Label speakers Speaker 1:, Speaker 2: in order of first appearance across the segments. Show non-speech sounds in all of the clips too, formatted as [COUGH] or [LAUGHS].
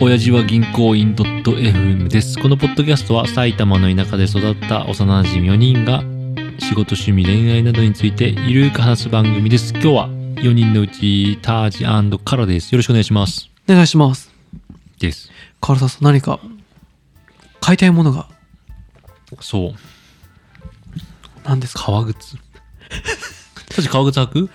Speaker 1: 親父は銀行員 .fm です。このポッドキャストは埼玉の田舎で育った幼馴染4人が仕事、趣味、恋愛などについてゆるく話す番組です。今日は4人のうちタージカラです。よろしくお願いします。
Speaker 2: お願いします。
Speaker 1: です。
Speaker 2: カラサさん、何か買いたいものが
Speaker 1: そう。
Speaker 2: 何ですか
Speaker 1: 革靴。さし革靴履く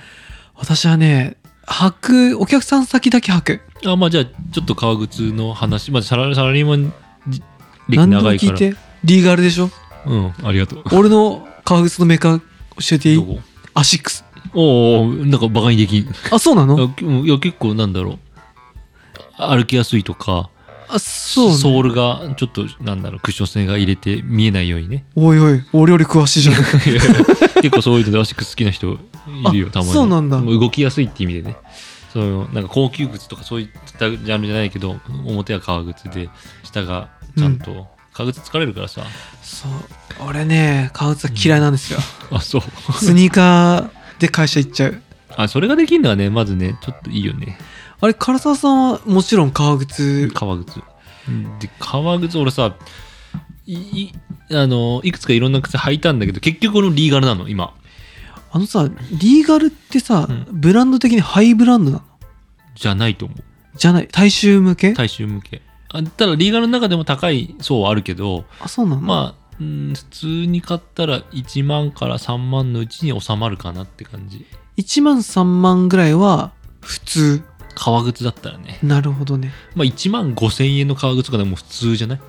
Speaker 2: 私はね、履く、お客さん先だけ履く。
Speaker 1: あ、まあじゃあちょっと革靴の話。まあサラサラリーマンじ歴
Speaker 2: 何でも
Speaker 1: 長いか
Speaker 2: 聞い
Speaker 1: ら。
Speaker 2: て。リーガルで
Speaker 1: [LAUGHS]
Speaker 2: しょ
Speaker 1: うん、ありがとう。
Speaker 2: 俺の革靴のメーカー教えてい
Speaker 1: ど
Speaker 2: い
Speaker 1: こ
Speaker 2: アシックス。
Speaker 1: おおなんかバカにできん。
Speaker 2: あ、そうなの
Speaker 1: あきうんいや結構なんだろう歩きやすいとか
Speaker 2: あ、そうね
Speaker 1: ソールがちょっとなんだろうクッション性が入れて見えないように
Speaker 2: [LAUGHS]
Speaker 1: ね
Speaker 2: おいおい、お料理詳しいじゃん。 [LAUGHS]
Speaker 1: 結構そういうのでアシックス好きな人いるよ
Speaker 2: あ
Speaker 1: たまに
Speaker 2: そうなんだ
Speaker 1: 動きやすいって意味でねそのなんか高級靴とかそういったジャンルじゃないけど表は革靴で下がちゃんと、革靴疲れるからさ
Speaker 2: そう。俺ね、革靴は嫌いなんですよ。
Speaker 1: あそう
Speaker 2: スニーカーで会社行っちゃう。
Speaker 1: [LAUGHS] あそれができるのはねまずねちょっといいよね
Speaker 2: あれ、唐沢さんはもちろん革靴。
Speaker 1: 革靴で革靴俺さいいあのいくつかいろんな靴履いたんだけど結局俺もリーガルなの今
Speaker 2: あのさ、リーガルってさ、
Speaker 1: うん
Speaker 2: ブランド的にハイブランドなの
Speaker 1: じゃないと思う
Speaker 2: じゃない、大衆向け
Speaker 1: 大衆向けあただリーガルの中でも高い層はあるけど
Speaker 2: あ、そうなの
Speaker 1: まあうん普通に買ったら1万から3万のうちに収まるかなって感じ
Speaker 2: 1万3万ぐらいは普通
Speaker 1: 革靴だったらね
Speaker 2: なるほどね
Speaker 1: まあ1万5千円の革靴とかでも普通じゃない、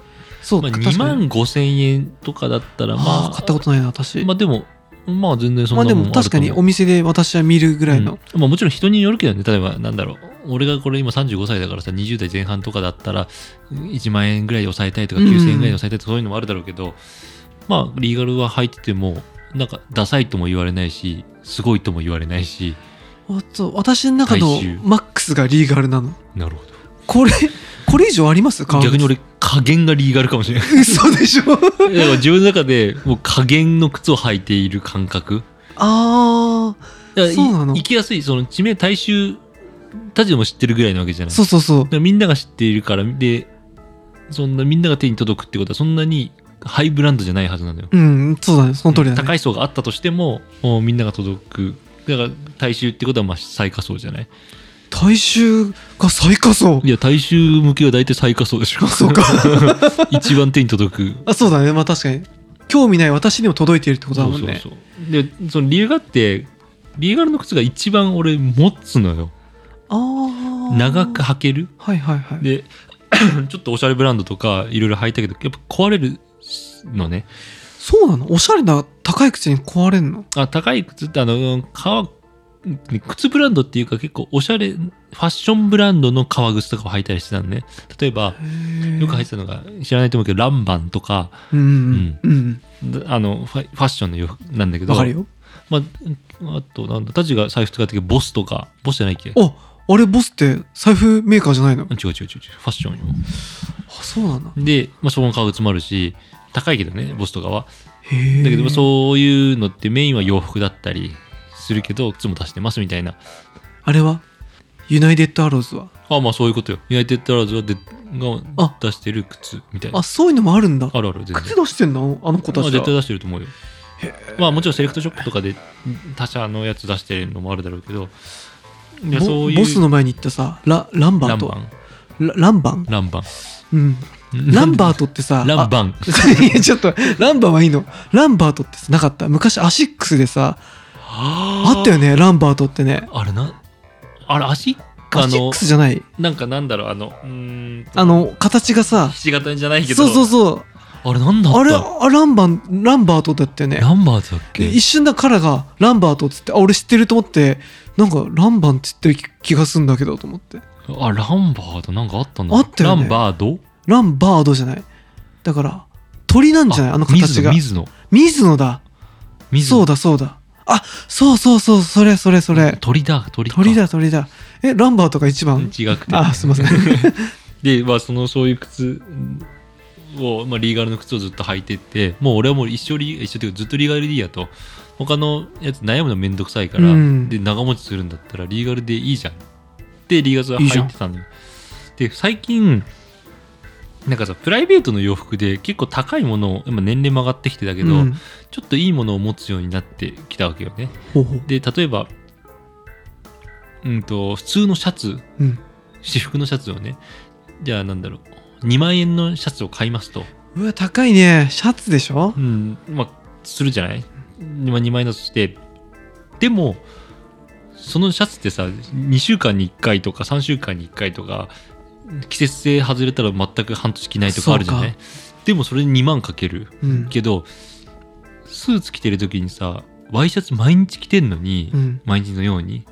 Speaker 2: そう
Speaker 1: まあ、
Speaker 2: か確
Speaker 1: 2
Speaker 2: か
Speaker 1: 万
Speaker 2: に
Speaker 1: 5千円とかだったらま
Speaker 2: あ
Speaker 1: あ
Speaker 2: あ買ったことないな私、
Speaker 1: まあでもまあ全然そん
Speaker 2: ま
Speaker 1: な
Speaker 2: あ
Speaker 1: もん
Speaker 2: で
Speaker 1: る
Speaker 2: も
Speaker 1: と思う
Speaker 2: 確かにお店で私は見るぐらいの、
Speaker 1: うんまあ、もちろん人によるけどね例えばなんだろう俺がこれ今35歳だからさ20代前半とかだったら1万円ぐらいで抑えたいとか
Speaker 2: うん
Speaker 1: 9000円ぐらいで抑えたいとかそういうのもあるだろうけど、まあリーガルは入っててもなんかダサいとも言われないしすごいとも言われないし
Speaker 2: あと私の中の
Speaker 1: 大衆
Speaker 2: マックスがリーガルなの
Speaker 1: なるほ
Speaker 2: これ [LAUGHS] これ以上ありますか
Speaker 1: ど逆に俺加減がリーガルかもし
Speaker 2: [LAUGHS]
Speaker 1: れない
Speaker 2: 嘘でしょ
Speaker 1: [LAUGHS] だから自分の中でもう加減の靴を履いている感覚
Speaker 2: ああ
Speaker 1: だからい
Speaker 2: そうなの
Speaker 1: 行きやすいその地名大衆たちでも知ってるぐらいなわけじゃない
Speaker 2: そうそうそう
Speaker 1: だからみんなが知っているからでそんなみんなが手に届くってことはそんなにハイブランドじゃないはずなのよ、
Speaker 2: うんそうだねその通りだね、
Speaker 1: 高い層があったとしてももうみんなが届くだから大衆ってことはまあ最下層じゃない
Speaker 2: 大衆が最下層
Speaker 1: いや大衆向けは大体最下層でしょ
Speaker 2: そうか
Speaker 1: [LAUGHS] 一番手に届く
Speaker 2: あそうだねまあ確かに興味ない私にも届いているってことだもんね
Speaker 1: そうそうそうでその理由があってリーガルの靴が一番俺持つのよ
Speaker 2: ああ
Speaker 1: 長く履ける
Speaker 2: はいはいはい
Speaker 1: で [CLEARS THROAT] ちょっとおしゃれブランドとかいろいろ履いたけどやっぱ壊れるのね
Speaker 2: そうなのおしゃれな高い靴に壊れんの
Speaker 1: あ高い靴ってあの革靴ブランドっていうか結構おしゃれファッションブランドの革靴とかを履いたりしてたのね例えばよ
Speaker 2: よ
Speaker 1: く履いてたのが知らないと思うけどランバンとか
Speaker 2: うんうんうん
Speaker 1: あのファファッションの洋服なんだけ
Speaker 2: うん
Speaker 1: ど
Speaker 2: わかるよ
Speaker 1: まあ、あとなんだたちが財布使ってるボスとかボスじゃないっけ違う
Speaker 2: ああれボスって財布メーカーじゃないのあ
Speaker 1: 違う違う違うファッションよ
Speaker 2: そうなんだ
Speaker 1: で、まあ、そこの革靴もあるし高いけどねボスとかは
Speaker 2: へえ
Speaker 1: だけどそういうのってメインは洋服だったりするけど靴も出してますみたいな
Speaker 2: あれはユナイテッドアローズは
Speaker 1: あまあそういうことよ。ユナイテッドアラーズはでが
Speaker 2: あ
Speaker 1: 出してる靴みたいな。
Speaker 2: あそういうのもあるんだ
Speaker 1: あるある、全然。
Speaker 2: 靴出してんのあの子た
Speaker 1: まあ
Speaker 2: ち
Speaker 1: 絶対
Speaker 2: は
Speaker 1: 出してると思うよ。まあもちろんセレクトショップとかで他社のやつ出してるのもあるだろうけど、いや
Speaker 2: ボ
Speaker 1: そういう
Speaker 2: ボスの前に行ったさラランバ
Speaker 1: ラ
Speaker 2: ー
Speaker 1: ン
Speaker 2: ト
Speaker 1: バン。
Speaker 2: ラランバン
Speaker 1: ランバ
Speaker 2: うん
Speaker 1: ン。
Speaker 2: ランバートってさ
Speaker 1: [LAUGHS] ラン
Speaker 2: ン
Speaker 1: バン。
Speaker 2: いやちょっとランバーはいいのランバートってさなかった昔アシックスでさあ
Speaker 1: あ
Speaker 2: ったよねランバートってね
Speaker 1: あれな、あれ足か
Speaker 2: アシッ
Speaker 1: の
Speaker 2: ク、スじゃない
Speaker 1: なんかなんだろう、あの、うーんと、
Speaker 2: あの形がさ
Speaker 1: ひし形じゃないけど、
Speaker 2: そうそうそう
Speaker 1: あれなんだった
Speaker 2: あれあランバンランバートだったよね
Speaker 1: ランバーズだっけ
Speaker 2: で一瞬だカラがランバートっつってあ俺知ってると思ってなんかランバンって言ってる気がするんだけどと思って
Speaker 1: あ、ランバードなんかあったんだ。
Speaker 2: あったよね
Speaker 1: ランバード
Speaker 2: ランバードじゃないだから鳥なんじゃないあの形が
Speaker 1: 水野。
Speaker 2: 水野だ
Speaker 1: 水野
Speaker 2: そうだそうだあそうそうそうそれそれそれ
Speaker 1: 鳥だ鳥か
Speaker 2: 鳥だ鳥だえランバートが一番
Speaker 1: 違くて
Speaker 2: あすいません
Speaker 1: で、まあ、そのそういう靴を、まあ、リーガルの靴をずっと履いてってもう俺はもう一生リ一生っていうかずっとリーガルでいいやと他のやつ悩むのめんどくさいから、
Speaker 2: うん
Speaker 1: で長持ちするんだったらリーガルでいいじゃんでリーガルはい
Speaker 2: いじ
Speaker 1: 履
Speaker 2: ゃ
Speaker 1: い
Speaker 2: ん
Speaker 1: てたのよで最近なんかさプライベートの洋服で結構高いものを今年齢も上がってきてだけど、
Speaker 2: うん
Speaker 1: ちょっといいものを持つようになってきたわけよね
Speaker 2: ほうほう
Speaker 1: で例えばうんと普通のシャツ
Speaker 2: うん
Speaker 1: 私服のシャツをねじゃあなんだろう2万円のシャツを買いますと、
Speaker 2: うわ高いねシャツでしょ
Speaker 1: うんまあ、するじゃない、まあ、2万円だとしてでもそのシャツってさ2週間に1回とか3週間に1回とか季節性外れたら全く半年着ないとかあるじゃな
Speaker 2: そ
Speaker 1: いでもそれに2万かける
Speaker 2: うん
Speaker 1: けどスーツ着てる時にさワイシャツ毎日着てんのに、
Speaker 2: うん
Speaker 1: 毎日のように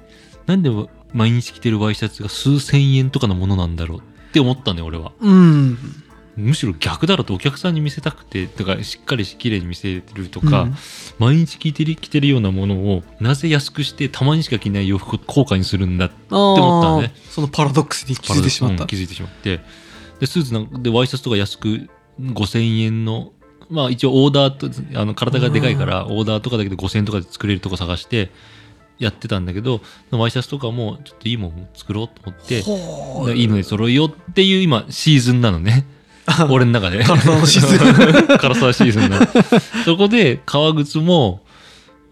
Speaker 1: なんで毎日着てるワイシャツが数千円とかのものなんだろうって思ったね俺は
Speaker 2: うん
Speaker 1: むしろ逆だろうとお客さんに見せたくてとかしっかりし綺麗に見せると
Speaker 2: うん
Speaker 1: か、毎日着てる着てるようなものをなぜ安くしてたまにしか着ない洋服を高価にするんだって思ったね
Speaker 2: あーそのパラドックスに気づいてしまっ
Speaker 1: う
Speaker 2: た
Speaker 1: ん気づいてしまってでスーツなんかでワイシャツとか安く5000円のまあ一応オーダーとあの体がでかいからオーダーとかだけど5000円とかで作れるとこ探してやってたんだけどワイシャツとかもちょっといいもん作ろうと思って
Speaker 2: ほう
Speaker 1: いいので揃えようっていう今シーズンなのね俺の中で
Speaker 2: 体のシーズ
Speaker 1: ン辛さシーズンなのそこで革靴も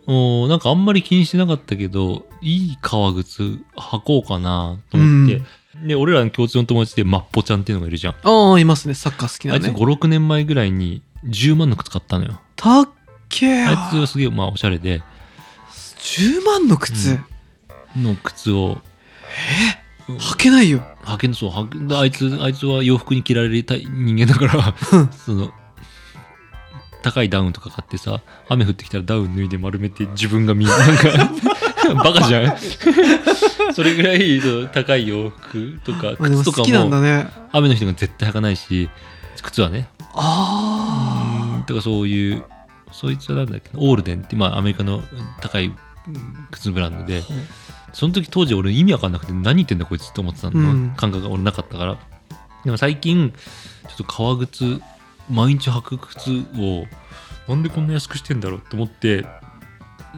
Speaker 1: おーなんかあんまり気にしてなかったけどいい革靴履こうかなと思って、で俺らの共通の友達でマッポちゃんっていうのがいるじゃん、
Speaker 2: ああいますねサッカー好き
Speaker 1: あ
Speaker 2: ない
Speaker 1: つ
Speaker 2: ね
Speaker 1: 56年前ぐらいに10万の靴買ったのよ
Speaker 2: たっけえ
Speaker 1: あいつがすげえまあおしゃれで
Speaker 2: 10万の靴、
Speaker 1: うんの靴を
Speaker 2: 履けないよ
Speaker 1: 派遣そう派遣あいつあいつは洋服に着られたい人間だから
Speaker 2: うん
Speaker 1: その高いダウンとか買ってさ雨降ってきたらダウン脱いで丸めて自分がみんながバカじゃん
Speaker 2: [LAUGHS]
Speaker 1: それぐらいそう高い洋服とか
Speaker 2: あでも
Speaker 1: 靴とか
Speaker 2: 好きなんだ
Speaker 1: も
Speaker 2: ね
Speaker 1: 雨の日とか絶対履かないし靴はね
Speaker 2: あ
Speaker 1: とかそういうそいつはなんだっけオールデンってまあアメリカの高い靴ブランドで
Speaker 2: あ、
Speaker 1: その時当時俺意味わかんなくて何言ってんだこいつって思ってたの、
Speaker 2: うん
Speaker 1: 感覚が俺なかったからでも最近ちょっと革靴毎日履く靴をなんでこんな安くしてんだろうと思って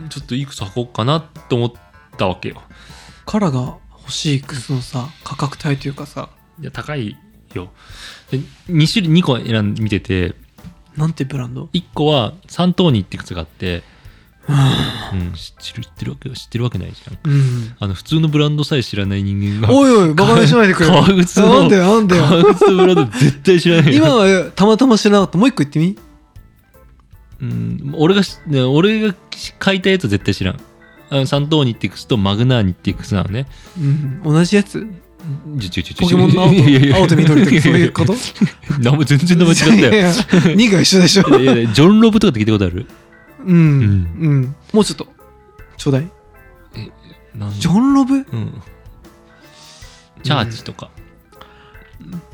Speaker 1: ちょっといくつ履こうかなと思ったわけよ
Speaker 2: カラが欲しい靴のさ価格帯というかさ
Speaker 1: いや高いよで2種類2個選んで見てて
Speaker 2: なんてブランド
Speaker 1: 1個はサントーニって靴があって、
Speaker 2: う
Speaker 1: うん、知ってる知ってるわけ知ってるわけないじゃん
Speaker 2: ん
Speaker 1: あの普通のブランドさえ知らない人間が
Speaker 2: おいおいバカにしないでくれ
Speaker 1: 革靴の
Speaker 2: なんだよなんだよ
Speaker 1: 革靴ブランド絶対知らないよ
Speaker 2: 今はたまたま知らなかったもう一個言ってみ
Speaker 1: うん、俺がし、ね俺が買いたやつは絶対知らん。あのサントーニっていう靴とマグナーニっていう靴なのね。
Speaker 2: うん同じやつ
Speaker 1: ちょちょちょ
Speaker 2: ポケモンの
Speaker 1: [LAUGHS]
Speaker 2: 青と青と緑とかそういうこと
Speaker 1: 名前全然名前違ったよ。
Speaker 2: 2が一緒でしょ
Speaker 1: いやいや、ジョン・ロブとかって聞いたことある
Speaker 2: うんうんもうちょっとちょうだい
Speaker 1: なん
Speaker 2: ジョン・ロブ
Speaker 1: うん。チャーチとか。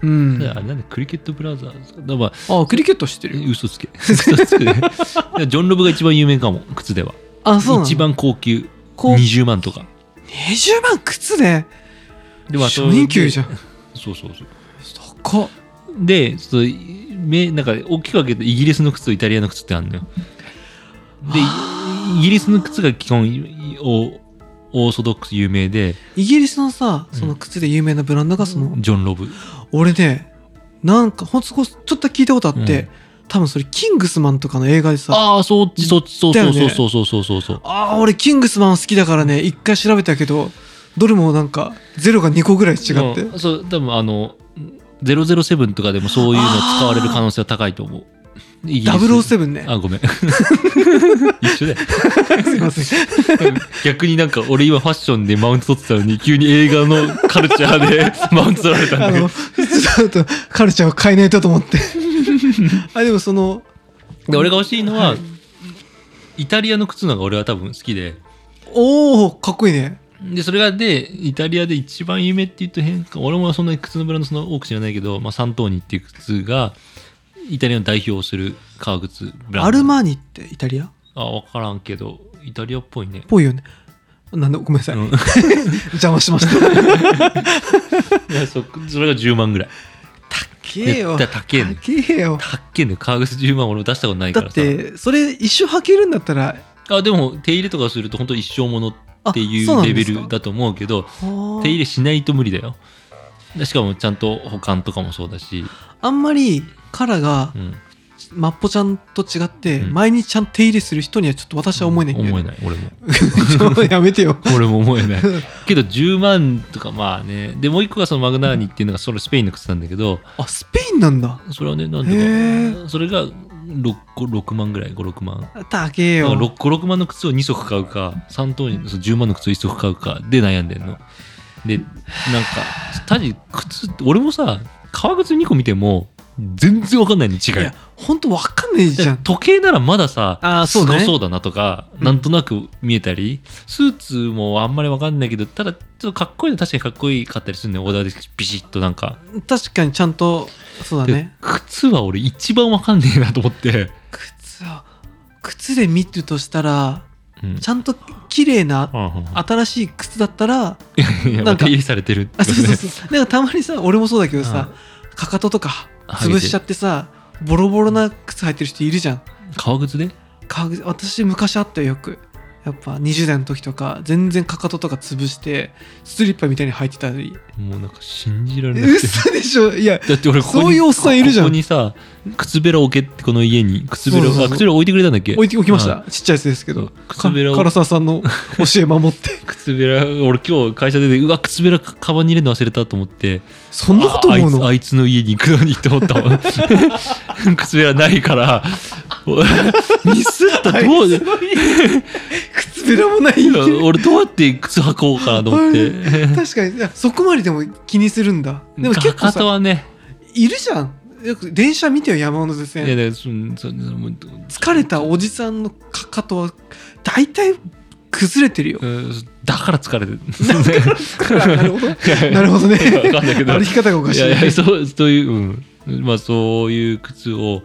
Speaker 2: うん
Speaker 1: あれなんでクリケットブラザーズだから、
Speaker 2: あクリケット知ってるよ
Speaker 1: 嘘つけ。 [LAUGHS] 嘘つけ。ジョン・ロブが一番有名かも、靴では。
Speaker 2: あそうなの
Speaker 1: 一番高級。
Speaker 2: こう
Speaker 1: 20万とか。
Speaker 2: 20万靴で
Speaker 1: で
Speaker 2: 初任給じゃ
Speaker 1: ん。
Speaker 2: ん
Speaker 1: そうそうそう。
Speaker 2: 高っ
Speaker 1: でちょっとめなんか大きく分けてイギリスの靴とイタリアの靴ってあるのよ。でイギリスの靴が基本オオーソドックス有名で
Speaker 2: イギリスのさ
Speaker 1: うん
Speaker 2: その靴で有名なブランドがその
Speaker 1: ジョン・ロブ。
Speaker 2: 俺ねなんかほんとこちょっと聞いたことあって、
Speaker 1: うん
Speaker 2: 多分それキングスマンとかの映画でさ
Speaker 1: ああそっちそっちそう
Speaker 2: だ
Speaker 1: そう
Speaker 2: よ
Speaker 1: そう
Speaker 2: ね
Speaker 1: そうそうそうそうそう。
Speaker 2: ああ俺キングスマン好きだからね一回調べたけどどれもなんかゼロが2個ぐらい違って、
Speaker 1: うんそう多分あの007とかでもそういうの使われる可能性は高いと思う。イギリス
Speaker 2: 007ね
Speaker 1: あごめん一緒だよ
Speaker 2: すいません
Speaker 1: [LAUGHS] 逆になんか俺今ファッションでマウント取ってたのに急に映画のカルチャーで [LAUGHS] マウント取られたんだ
Speaker 2: あ
Speaker 1: けど
Speaker 2: のちょっとカルチャーを変えないとと思って [LAUGHS] あでもその
Speaker 1: で俺が欲しいのは、イタリアの靴の方が俺は多分好きで
Speaker 2: おおかっこいいね
Speaker 1: でそれがでイタリアで一番有名って言うと変か俺もそんなに靴のブランドそんな多く知らないけど、まあ、サントーニっていう靴がイタリアの代表をする革靴ブランド
Speaker 2: アルマーニってイタリアっ
Speaker 1: あ分からんけどイタリアっぽいね、
Speaker 2: ぽいよねなんだごめんなさい、
Speaker 1: うん
Speaker 2: [LAUGHS] 邪魔しまし
Speaker 1: [LAUGHS]
Speaker 2: たたっ
Speaker 1: いやそそれが10万ぐらい
Speaker 2: けえよ
Speaker 1: いやたっけえね
Speaker 2: たっけえよ
Speaker 1: たっけえね革靴10万俺も出したことないか
Speaker 2: だ
Speaker 1: ら
Speaker 2: っ
Speaker 1: さ
Speaker 2: てそれ一生履けるんだったら
Speaker 1: あでも手入れとかすると本当一生ものってい
Speaker 2: あそう
Speaker 1: う
Speaker 2: なん
Speaker 1: レ
Speaker 2: で
Speaker 1: ベ
Speaker 2: すか
Speaker 1: ルだと思うけど手
Speaker 2: 手
Speaker 1: 入れしないと無理だよでしかもちゃんと保管とかもそうだし、
Speaker 2: あんまりカラが
Speaker 1: うん、
Speaker 2: マッポちゃんと違って、
Speaker 1: うん
Speaker 2: 毎日ちゃんと手入れする人にはちょっと私は思えないんだよ、
Speaker 1: 思え
Speaker 2: ね、
Speaker 1: ない俺も [LAUGHS]
Speaker 2: ちょ [LAUGHS] やめてよ
Speaker 1: 俺も思えないけど10万とかまあねでもう一個がそのマグナーニっていうのがそれスペインの靴なんだけど
Speaker 2: あスペインなんだ
Speaker 1: それはねなん
Speaker 2: へ
Speaker 1: ていう
Speaker 2: ー
Speaker 1: かそれが 6, 個6万ぐらい56万
Speaker 2: たけえ
Speaker 1: だ
Speaker 2: よ
Speaker 1: から6万の靴を2足買うか3等にそう10万の靴を1足買うかで悩んでんのでなんかタジ靴って俺もさ革靴2個見ても全然わかんないの違い
Speaker 2: いやほんとわかんないじゃん
Speaker 1: 時計ならまださ
Speaker 2: あーそうね
Speaker 1: すごそうだなとか
Speaker 2: うん
Speaker 1: なんとなく見えたり、スーツもあんまりわかんないけどただちょっとかっこいいの確かにかっこいいかったりするねオーダーでビシッとなんか、
Speaker 2: 確かにちゃんとそうだ
Speaker 1: で
Speaker 2: ね
Speaker 1: 靴は俺一番わかんねえなと思って、
Speaker 2: 靴は靴で見るとしたら
Speaker 1: うん
Speaker 2: ちゃんと綺麗な
Speaker 1: うんうん
Speaker 2: 新しい靴だっ
Speaker 1: [LAUGHS]
Speaker 2: たら
Speaker 1: いや
Speaker 2: な
Speaker 1: ま
Speaker 2: ん
Speaker 1: た
Speaker 2: か
Speaker 1: 入れされてる
Speaker 2: あそうそうそうなんかたまにさ俺もそうだけどさかかととか
Speaker 1: 剥げて
Speaker 2: 潰しちゃってさボロボロな靴履いてる人いるじゃん
Speaker 1: 革靴で
Speaker 2: 革靴私昔あったよよくやっぱ20代の時とか全然かかととか潰してスリッパみたいに履いてたり
Speaker 1: もうなんか信じられなくて
Speaker 2: 嘘でしょいや
Speaker 1: [LAUGHS] だって俺ここに
Speaker 2: そういうおっさんいるじゃん
Speaker 1: ここにさ靴べら置けってこの家に靴べら
Speaker 2: そうそうそう
Speaker 1: あ靴べら置いてくれたんだっけ
Speaker 2: 置いておきまし
Speaker 1: あ
Speaker 2: たちっちゃいやつですけ
Speaker 1: そう
Speaker 2: ど
Speaker 1: 靴べらを
Speaker 2: か唐沢さ
Speaker 1: [LAUGHS]
Speaker 2: んの教え守って
Speaker 1: 靴べら俺今日会社でうわ靴べらカバンに入れるの忘れたと思って
Speaker 2: そんなこと思
Speaker 1: あ
Speaker 2: う
Speaker 1: あいつ
Speaker 2: の
Speaker 1: あいつの家に行くのにって思ったもん [LAUGHS] 靴べらないから [LAUGHS] ミスった
Speaker 2: あいつ
Speaker 1: どう
Speaker 2: [LAUGHS] の家
Speaker 1: [LAUGHS]
Speaker 2: 靴べらもない
Speaker 1: いや [LAUGHS] 俺どうやって靴履こうかなと思って
Speaker 2: [LAUGHS] 確かにいやそこまででも気にするんだでも結構
Speaker 1: かかと
Speaker 2: さ
Speaker 1: はね
Speaker 2: いるじゃんよく電車見てよ山手
Speaker 1: い
Speaker 2: 線
Speaker 1: やだからそんそんもう
Speaker 2: 疲れたおじさんのかかとは大体崩れて
Speaker 1: [LAUGHS]
Speaker 2: るよ
Speaker 1: うんだから疲れ
Speaker 2: [LAUGHS]
Speaker 1: てる
Speaker 2: なるほどなるほどね
Speaker 1: わかんないけど
Speaker 2: 歩き方がおかし
Speaker 1: い
Speaker 2: い
Speaker 1: やいやそう [LAUGHS] そういう、うん、まあそういう靴を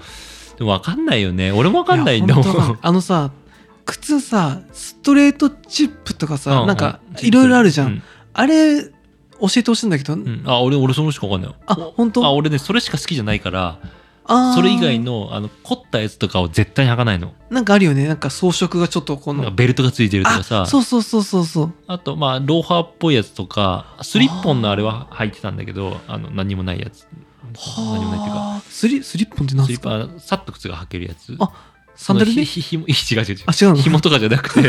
Speaker 1: でも分かんないよね俺も分かんないんだもん
Speaker 2: いや本当だあのさ靴さストレートチップとかさ、
Speaker 1: う
Speaker 2: なんか
Speaker 1: う
Speaker 2: いろいろあるじゃん、
Speaker 1: うん
Speaker 2: あれ教えてほしいんだけど、
Speaker 1: うんあ俺俺そのしか分かんない
Speaker 2: あ
Speaker 1: お
Speaker 2: 本当
Speaker 1: あ俺ねそれしか好きじゃないから
Speaker 2: あー
Speaker 1: それ以外のあの凝ったやつとかを絶対に履かないの
Speaker 2: なんかあるよねなんか装飾がちょっとこ
Speaker 1: なんか
Speaker 2: の
Speaker 1: ベルトがついてるとかさ
Speaker 2: あそうそうそうそうそう
Speaker 1: あとまあローファーっぽいやつとかスリッポンのあれは履いてたんだけどあの何もないやつ何もないっていうか
Speaker 2: はあスリスリッポンって何
Speaker 1: ス
Speaker 2: で
Speaker 1: リッ
Speaker 2: す
Speaker 1: ポ
Speaker 2: か
Speaker 1: ンあさっと靴が履けるやつ
Speaker 2: あサンダル
Speaker 1: その
Speaker 2: ね
Speaker 1: ひ [LAUGHS] ひひひ違う違う違う
Speaker 2: あ違うの
Speaker 1: 紐とかじゃなく
Speaker 2: [LAUGHS]
Speaker 1: て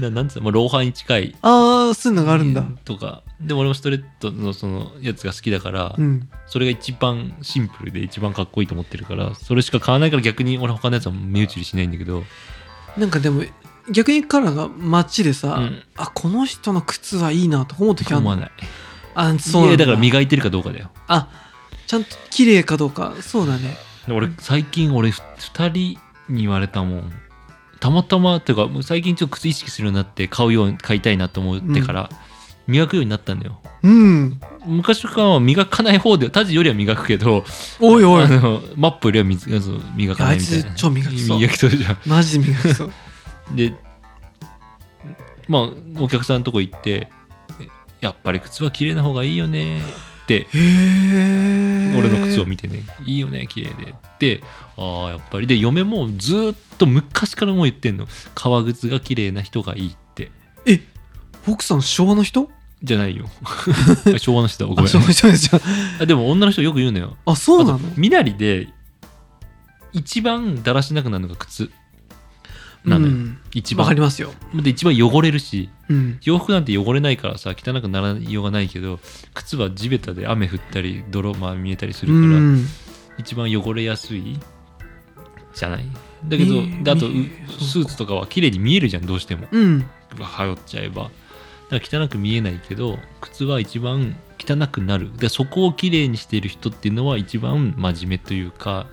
Speaker 1: ななんつうの、まあ、ローファーに近い
Speaker 2: ああそういうのがあるんだ
Speaker 1: とかでも俺もストレートのそのやつが好きだから、
Speaker 2: うん
Speaker 1: それが一番シンプルで一番かっこいいと思ってるからそれしか買わないから逆に俺他のやつは目移りしないんだけど
Speaker 2: なんかでも逆にカラーが街でさ、
Speaker 1: うん
Speaker 2: あこの人の靴はいいなとか思う時ある
Speaker 1: 思わ
Speaker 2: の
Speaker 1: ない
Speaker 2: あそう
Speaker 1: い
Speaker 2: な
Speaker 1: や
Speaker 2: んだ
Speaker 1: だから磨いてるかどうかだよ
Speaker 2: あちゃんと綺麗かどうかそうだね
Speaker 1: で俺最近俺2人に言われたもんたまたまっていうかもう最近ちょっと靴意識するようになって買うように買いたいなと思ってから、磨くようになったんだよ
Speaker 2: うん
Speaker 1: 昔からは磨かない方でタジよりは磨くけど
Speaker 2: おいおい
Speaker 1: あのマップよりは水そう磨かないみたい
Speaker 2: あ
Speaker 1: ない
Speaker 2: つ超磨きそう
Speaker 1: 磨きそうじゃん
Speaker 2: マジで磨きそう
Speaker 1: [LAUGHS] でまあお客さんのとこ行ってえ「やっぱり靴は綺麗な方がいいよね」って
Speaker 2: へえ
Speaker 1: 俺の靴を見てね「いいよね綺麗で」で「ああやっぱり」で嫁もずーっと昔からもう言ってんの革靴が綺麗な人がいいって
Speaker 2: え奥さん昭和の人
Speaker 1: じゃない
Speaker 2: [LAUGHS]
Speaker 1: よ昭和の人だご
Speaker 2: あ
Speaker 1: めん
Speaker 2: 昭和の人じゃん
Speaker 1: あでも女の人よく言うのよ
Speaker 2: あそうなの
Speaker 1: あと身なりで一番だらしなくなるのが靴なのよ、
Speaker 2: うん
Speaker 1: 一
Speaker 2: わかり
Speaker 1: 番
Speaker 2: ますよ
Speaker 1: で一番汚れるし
Speaker 2: うん
Speaker 1: 洋服なんて汚れないからさ汚くならようがないけど靴は地べたで雨降ったり泥まみえたりす
Speaker 2: う
Speaker 1: るから、
Speaker 2: ん
Speaker 1: 一番汚れやすいじゃないだけど、
Speaker 2: えー
Speaker 1: であとう
Speaker 2: 見え
Speaker 1: スーツとかは綺麗に見えるじゃんどうしても
Speaker 2: うん
Speaker 1: 羽織っちゃえばだから汚く見えないけど靴は一番汚くなるでそこを綺麗にしている人っていうのは一番真面目というか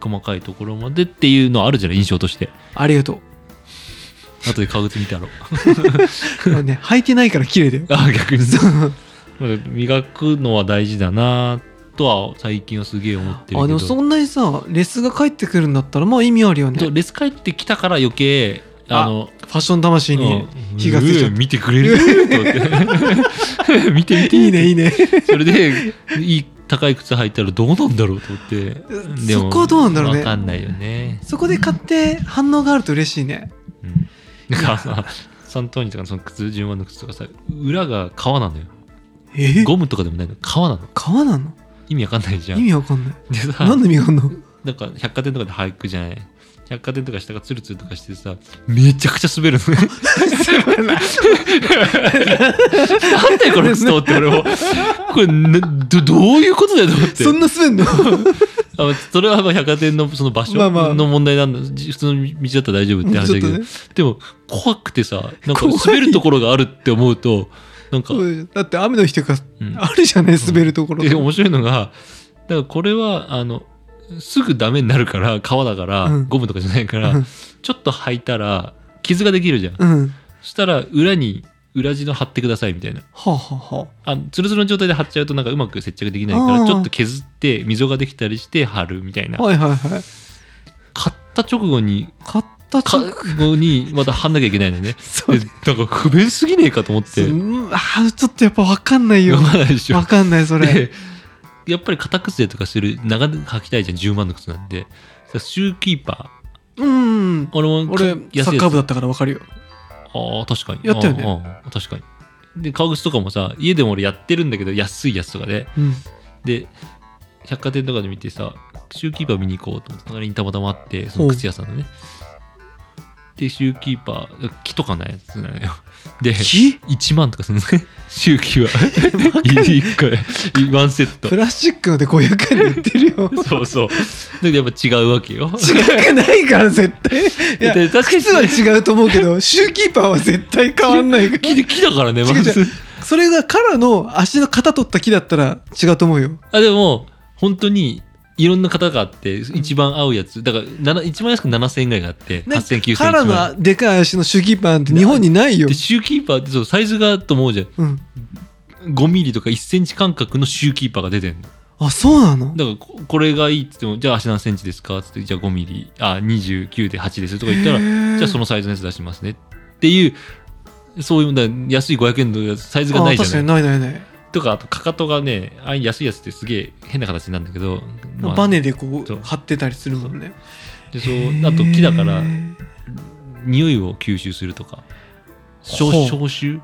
Speaker 1: 細かいところまでっていうのはあるじゃない印象として
Speaker 2: ありがと
Speaker 1: 後で革靴見たろ
Speaker 2: うまあね履いてないから綺麗だよ
Speaker 1: [LAUGHS] あ逆にまあ磨くのは大事だなとは最近はすげえ思ってるけど
Speaker 2: [LAUGHS] あでもそんなにさレスが帰ってくるんだったらまあ意味あるよね
Speaker 1: そうレス帰ってきたから余計あの
Speaker 2: ファッション魂に
Speaker 1: うん
Speaker 2: 火がついちゃっ
Speaker 1: うえ見てくれ
Speaker 2: [LAUGHS]
Speaker 1: ると思って見て見て
Speaker 2: いいねいいね
Speaker 1: [LAUGHS] それでいい高い靴履いたらどうなんだろうと思ってでも
Speaker 2: [LAUGHS] そこはどうなんだろうね
Speaker 1: わかんないよね、
Speaker 2: そこで買って反応があると嬉しいね
Speaker 1: うん、なんかさサントーニとかのその靴10万の靴とかさ裏が革なのよ
Speaker 2: へえー
Speaker 1: ゴムとかでもないの革なの
Speaker 2: 皮なの
Speaker 1: 意味わかんないじゃ
Speaker 2: 意
Speaker 1: ん
Speaker 2: 味わかんない
Speaker 1: でさ
Speaker 2: 何の意味があんの
Speaker 1: なんか百貨店とかで俳句じゃない百貨店とか下がツルツルとかしてさめちゃくちゃ滑るのね
Speaker 2: 滑らない
Speaker 1: なんだよこの靴と思って俺もこれなどどういうことだよと思 [LAUGHS] って
Speaker 2: そんな滑んの
Speaker 1: あそれはまあ百貨店のその場所
Speaker 2: まあまあ
Speaker 1: の問題なんだ、じ普通の道だったら大丈夫って話だけ
Speaker 2: ち
Speaker 1: ど、
Speaker 2: ょっとね
Speaker 1: でも怖くてさなんか
Speaker 2: 怖い
Speaker 1: 滑るところがあるって思うとなんか、
Speaker 2: そうだって雨の日とか
Speaker 1: うん
Speaker 2: あるじゃない滑るところ
Speaker 1: で面白いのがだからこれはあのすぐダメになるから革だから、
Speaker 2: うん
Speaker 1: ゴムとかじゃないから、
Speaker 2: うん
Speaker 1: ちょっと履いたら傷ができるじゃん、
Speaker 2: うんは
Speaker 1: そしたら裏に裏地の貼ってくださいみたいな
Speaker 2: あはあはあ
Speaker 1: あツルツルの状態で貼っちゃうとなんかうまく接着できないか
Speaker 2: あ
Speaker 1: ら
Speaker 2: ー
Speaker 1: ちょっと削って溝ができたりして貼るみたいな
Speaker 2: はいはいはい
Speaker 1: 買った直後に
Speaker 2: 買った
Speaker 1: 買
Speaker 2: 直後
Speaker 1: うのにまた貼んなきゃいけないのね
Speaker 2: [LAUGHS] そう
Speaker 1: で
Speaker 2: ね
Speaker 1: なんか不便すぎねえかと思って
Speaker 2: うんあーちょっとやっぱわかんないよ
Speaker 1: [LAUGHS] 読まないでしょ
Speaker 2: わかんないそれ
Speaker 1: でやっぱり片靴でとかする長く履きたいじゃん10万の靴なんでシューキーパ
Speaker 2: うん
Speaker 1: ー俺も
Speaker 2: 俺
Speaker 1: 安いやつ
Speaker 2: サッカー部だったからわかるよ
Speaker 1: ああ確かに
Speaker 2: やったよね
Speaker 1: ね確かにで革靴とかもさ家でも俺やってるんだけど安いやつとかで
Speaker 2: うん
Speaker 1: で百貨店とかで見てさシューキーパー見に行こうと思って隣にたまたまあってその靴屋さんのねでシューキーパー木とかのやつなのよで
Speaker 2: 木
Speaker 1: 1万とかするのね [LAUGHS] 周期は1回1セット
Speaker 2: プラスチックので500円で売ってる
Speaker 1: [LAUGHS]
Speaker 2: [LAUGHS] よ
Speaker 1: そうそうだけどやっぱ違うわけよ
Speaker 2: 違くないから絶
Speaker 1: [LAUGHS]
Speaker 2: 対いや
Speaker 1: で確かに
Speaker 2: 靴は違うと思う
Speaker 1: [LAUGHS]
Speaker 2: けどシューキーパーは絶対変わんないから
Speaker 1: 木で木だからねま
Speaker 2: 違う違う
Speaker 1: ず
Speaker 2: それがからの足の型取った木だったら違うと思うよ
Speaker 1: あでも本当にいろんな方があって一番合うやつだからなな一番安く7000円ぐらいがあって
Speaker 2: ね
Speaker 1: 8000 9000
Speaker 2: カラ
Speaker 1: 1万
Speaker 2: のでかい足のシューキーパーなんて日本にないよ
Speaker 1: で、シューキーパーってそうサイズがと思うじゃ
Speaker 2: うん、
Speaker 1: ん5ミリとか1センチ間隔のシューキーパーが出てんの
Speaker 2: あそうなの
Speaker 1: だからここれがいいって言ってもじゃあ足何センチですかってってじゃあ5ミリあ29で8ですとか言ったら
Speaker 2: ら
Speaker 1: じゃあそ
Speaker 2: の
Speaker 1: のサイズのやつ出しますねっていうそういうだから安い500円のやつサイズがないじ
Speaker 2: 確か
Speaker 1: ゃ
Speaker 2: に
Speaker 1: ない
Speaker 2: ないないない、
Speaker 1: とかあとかかとがねああいう安いやつってすげえ変な形なんだけど、まあ
Speaker 2: バネでこう
Speaker 1: そう
Speaker 2: 貼ってたりするもんね
Speaker 1: でそうあと木だから
Speaker 2: へー
Speaker 1: 匂いを吸収するとか消
Speaker 2: ほう
Speaker 1: 消臭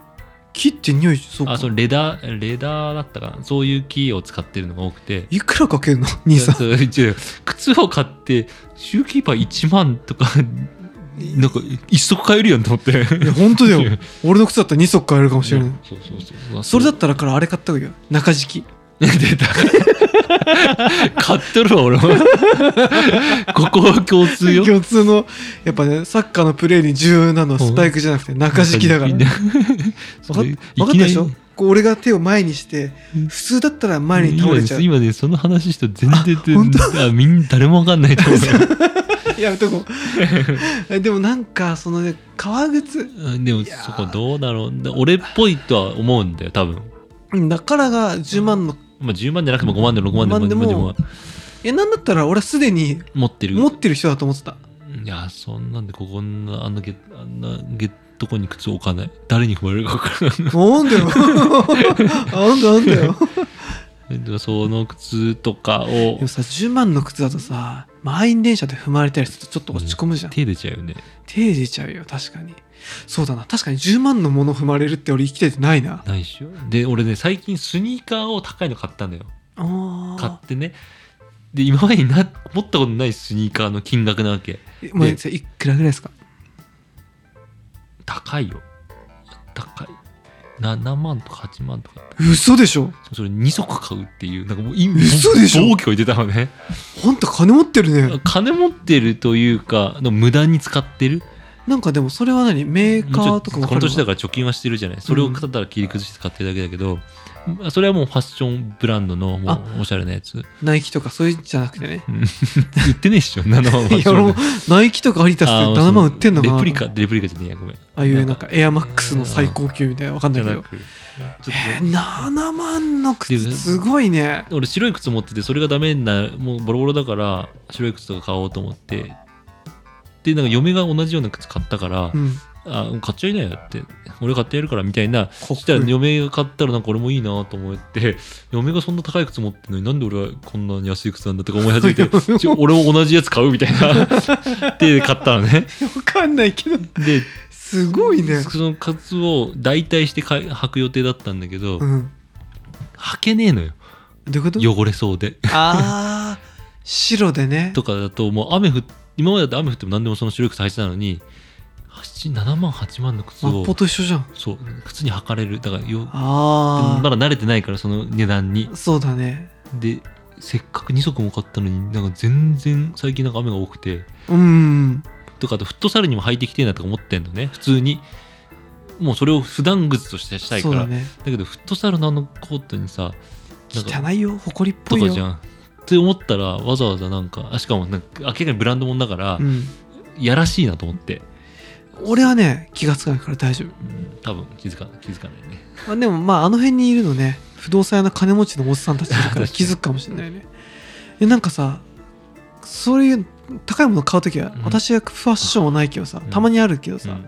Speaker 2: 木って匂いそうか
Speaker 1: あそのレダーレダーだったかなそういう木を使ってるのが多くて
Speaker 2: いくらかけるの兄さん
Speaker 1: そう違う靴を買ってシューキーパー1万とかなんか一足買えるやんと思って
Speaker 2: いや本当だよ俺の靴だったら2足買えるかもしれない
Speaker 1: そうそうそう
Speaker 2: それだったらからあれ買った方がいいよ中敷き
Speaker 1: 出た。買っとるわ、俺
Speaker 2: [LAUGHS]
Speaker 1: も。ここは共通よ。
Speaker 2: 共通のやっぱねサッカーのプレーに重要なのはスパイクじゃなくて中敷きだから
Speaker 1: みんな
Speaker 2: 分か
Speaker 1: そう
Speaker 2: 分
Speaker 1: い
Speaker 2: か
Speaker 1: きな
Speaker 2: った
Speaker 1: り
Speaker 2: でしょこう俺が手を前にして
Speaker 1: うん
Speaker 2: 普通だったら前に倒れちゃう
Speaker 1: 今ね、今ねその話したら全然
Speaker 2: あ本
Speaker 1: あみんな誰もわかんないと思う。
Speaker 2: [LAUGHS] やめとこ
Speaker 1: [LAUGHS]
Speaker 2: うでもなんかそのね革靴
Speaker 1: うんでも、
Speaker 2: いやー
Speaker 1: そこどうだろう。俺っぽいとは思うんだよ、多分。
Speaker 2: うんだからが10万の
Speaker 1: まあ、10万じゃなくても5万でも6万でも
Speaker 2: 5万でも
Speaker 1: まあでも
Speaker 2: えなんだったら俺はすでに
Speaker 1: 持ってる。
Speaker 2: 持ってる人だと思っ
Speaker 1: [LAUGHS]
Speaker 2: てた
Speaker 1: いや、そんなんで、ここんな、あんなゲ、あんなゲとこに靴置かない。誰に踏まれるかわからない。 [LAUGHS]
Speaker 2: なんだよ [LAUGHS] なんだなんだよ
Speaker 1: えっとその靴とかを
Speaker 2: でもさ10万の靴だとさ満員電車で踏まれたりするとちょっと落ち込むじゃん、
Speaker 1: 手出ちゃうよね。
Speaker 2: 手出ちゃうよ確かにそうだな確かに10万のもの踏まれるって俺生きててないな
Speaker 1: ないっしょで俺ね最近スニーカーを高いの買ったんだよ
Speaker 2: あ
Speaker 1: 買っ
Speaker 2: あ
Speaker 1: てねで今までにな持ったことないスニーカーの金額なわけ
Speaker 2: えまあそれいくらぐらいですか
Speaker 1: 高いよ高い7万とか8万とか
Speaker 2: 嘘でしょ
Speaker 1: それ2足買うっていうなんかもう今
Speaker 2: 嘘でしょ
Speaker 1: 暴挙に出たのね
Speaker 2: ほんと金持ってるね
Speaker 1: 金持ってるというかでも無駄に使ってる
Speaker 2: なんかでもそれは何メーカーとか
Speaker 1: もうちょっこ
Speaker 2: わか
Speaker 1: の
Speaker 2: る
Speaker 1: 年だ
Speaker 2: の
Speaker 1: から貯金はしてるじゃないそれをただ切り崩して買ってるだけだけど、まあそれはもうファッションブランドのもうおしゃれなやつ
Speaker 2: ナイキとかそういうんじゃなくてね
Speaker 1: 売ってねえっしょ7万
Speaker 2: [LAUGHS]
Speaker 1: は
Speaker 2: いや俺もナイキとかアリタスで
Speaker 1: あー
Speaker 2: 7万売ってんのか
Speaker 1: レ
Speaker 2: な
Speaker 1: プリカレプリカじゃねえやごめん
Speaker 2: ああいうなんかエアマックスの最高級みたいなわかん
Speaker 1: じ
Speaker 2: な
Speaker 1: ゃ
Speaker 2: いけ
Speaker 1: な
Speaker 2: ど
Speaker 1: くちょ
Speaker 2: え
Speaker 1: っ
Speaker 2: ー、7万の靴すごいね
Speaker 1: と俺白い靴持っててそれがダメになるもうボロボロだから白い靴とか買おうと思ってでなんか嫁が同じような靴買ったから、
Speaker 2: うん
Speaker 1: あ買っちゃいなよって俺買ってやるからみたいな
Speaker 2: こ
Speaker 1: そ
Speaker 2: いい
Speaker 1: したら嫁が買ったらなんか俺もいいなと思って嫁がそんな高い靴持ってるのになんで俺はこんなに安い靴なんだとか思い始め
Speaker 2: [LAUGHS]
Speaker 1: てちょ俺も同じやつ買うみたいな [LAUGHS] で買ったのね
Speaker 2: わかんないけど
Speaker 1: です
Speaker 2: ごいね
Speaker 1: そのカツを代替して買い履く予定だったんだけど、
Speaker 2: うん
Speaker 1: 履けねえのよ
Speaker 2: どういうこと
Speaker 1: 汚れそうで
Speaker 2: ああ白でね
Speaker 1: とかだともう雨降っ今までだと雨降っても何でもその白い靴履いてたのに8 7万8万の靴
Speaker 2: マッ
Speaker 1: を
Speaker 2: ポと一緒じゃん
Speaker 1: そう靴に履かれるだからよ
Speaker 2: あ
Speaker 1: まだ慣れてないからその値段に
Speaker 2: あそうだね
Speaker 1: でせっかく2足も買ったのになんか全然最近なんか雨が多くて
Speaker 2: うん
Speaker 1: とかあとフットサルにも履いてきてえなとか思ってんのね普通にもうそれを普段靴としてしたいか
Speaker 2: そう
Speaker 1: ら
Speaker 2: だ
Speaker 1: だ,、
Speaker 2: ね
Speaker 1: けどフットサルのあのコートにさなんか
Speaker 2: 汚いよ埃っぽ
Speaker 1: と
Speaker 2: い
Speaker 1: か
Speaker 2: よ
Speaker 1: じゃんって思ったらわざわざなんかあしかもなんか明らかにブランドもんだから、
Speaker 2: うん、
Speaker 1: やらしいなと思って
Speaker 2: 俺はね気がつかないから大丈夫
Speaker 1: 多分気づか気づかないね
Speaker 2: まあ、でもまああの辺にいるのね不動産屋の金持ちのおっさんたちいる
Speaker 1: 確
Speaker 2: か
Speaker 1: からに
Speaker 2: 気づくかもしれないねえなんかさそういう高いもの買う時は、
Speaker 1: うん
Speaker 2: 私はファッションはないけどさ
Speaker 1: うん
Speaker 2: たまにあるけどさ、
Speaker 1: うん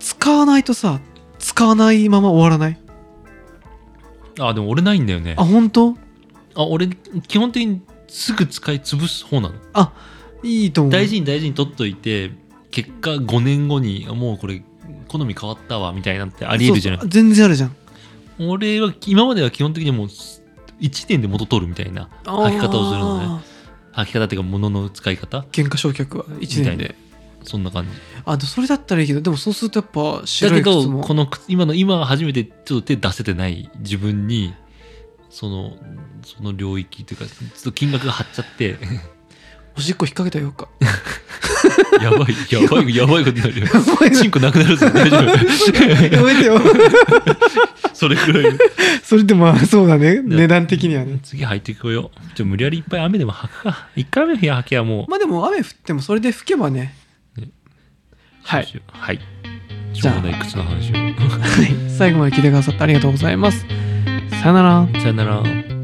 Speaker 2: 使わないとさ使わないまま終わらない
Speaker 1: あでも俺ないんだよね
Speaker 2: あ本当
Speaker 1: あ俺基本的にすぐ使い潰す方なの
Speaker 2: いいと思う
Speaker 1: 大事に大事に取っといて結果5年後にあもうこれ好み変わったわみたいなんてありえるじゃない
Speaker 2: そうそう全然あるじゃん
Speaker 1: 俺は今までは基本的にもう1年で元取るみたいな履き方をするのね
Speaker 2: ね
Speaker 1: 履き方っていうか物の使い方
Speaker 2: 原価償却は1年
Speaker 1: みたい
Speaker 2: で
Speaker 1: なそんな感じ
Speaker 2: あでもそれだったらいいけどでもそうするとやっぱ
Speaker 1: だ
Speaker 2: 白
Speaker 1: け
Speaker 2: い靴
Speaker 1: ど
Speaker 2: も
Speaker 1: この靴今の今初めてちょっと手出せてない自分にそのその領域というかちょっと金額が張っちゃって [LAUGHS]
Speaker 2: おしっこ引っ掛けたよか
Speaker 1: やばいやばいやばいことにな
Speaker 2: [LAUGHS]
Speaker 1: るよ
Speaker 2: やばいな
Speaker 1: チンコなくなるぞ大丈
Speaker 2: や [LAUGHS] めてよ
Speaker 1: 夫それくらい [LAUGHS] の
Speaker 2: それでまあそうだね値段的にはね
Speaker 1: 次履いていこうよちょ無理やりいっぱい雨でも履くか一回雨の日は履きはもう
Speaker 2: まあでも雨降ってもそれで吹けばね
Speaker 1: ね。
Speaker 2: はい。
Speaker 1: はいし
Speaker 2: じ
Speaker 1: ょ
Speaker 2: ゃ
Speaker 1: う
Speaker 2: あ
Speaker 1: もない靴の話を [LAUGHS]
Speaker 2: 最後まで聞いてくださってありがとうございます。さよなら。
Speaker 1: さよなら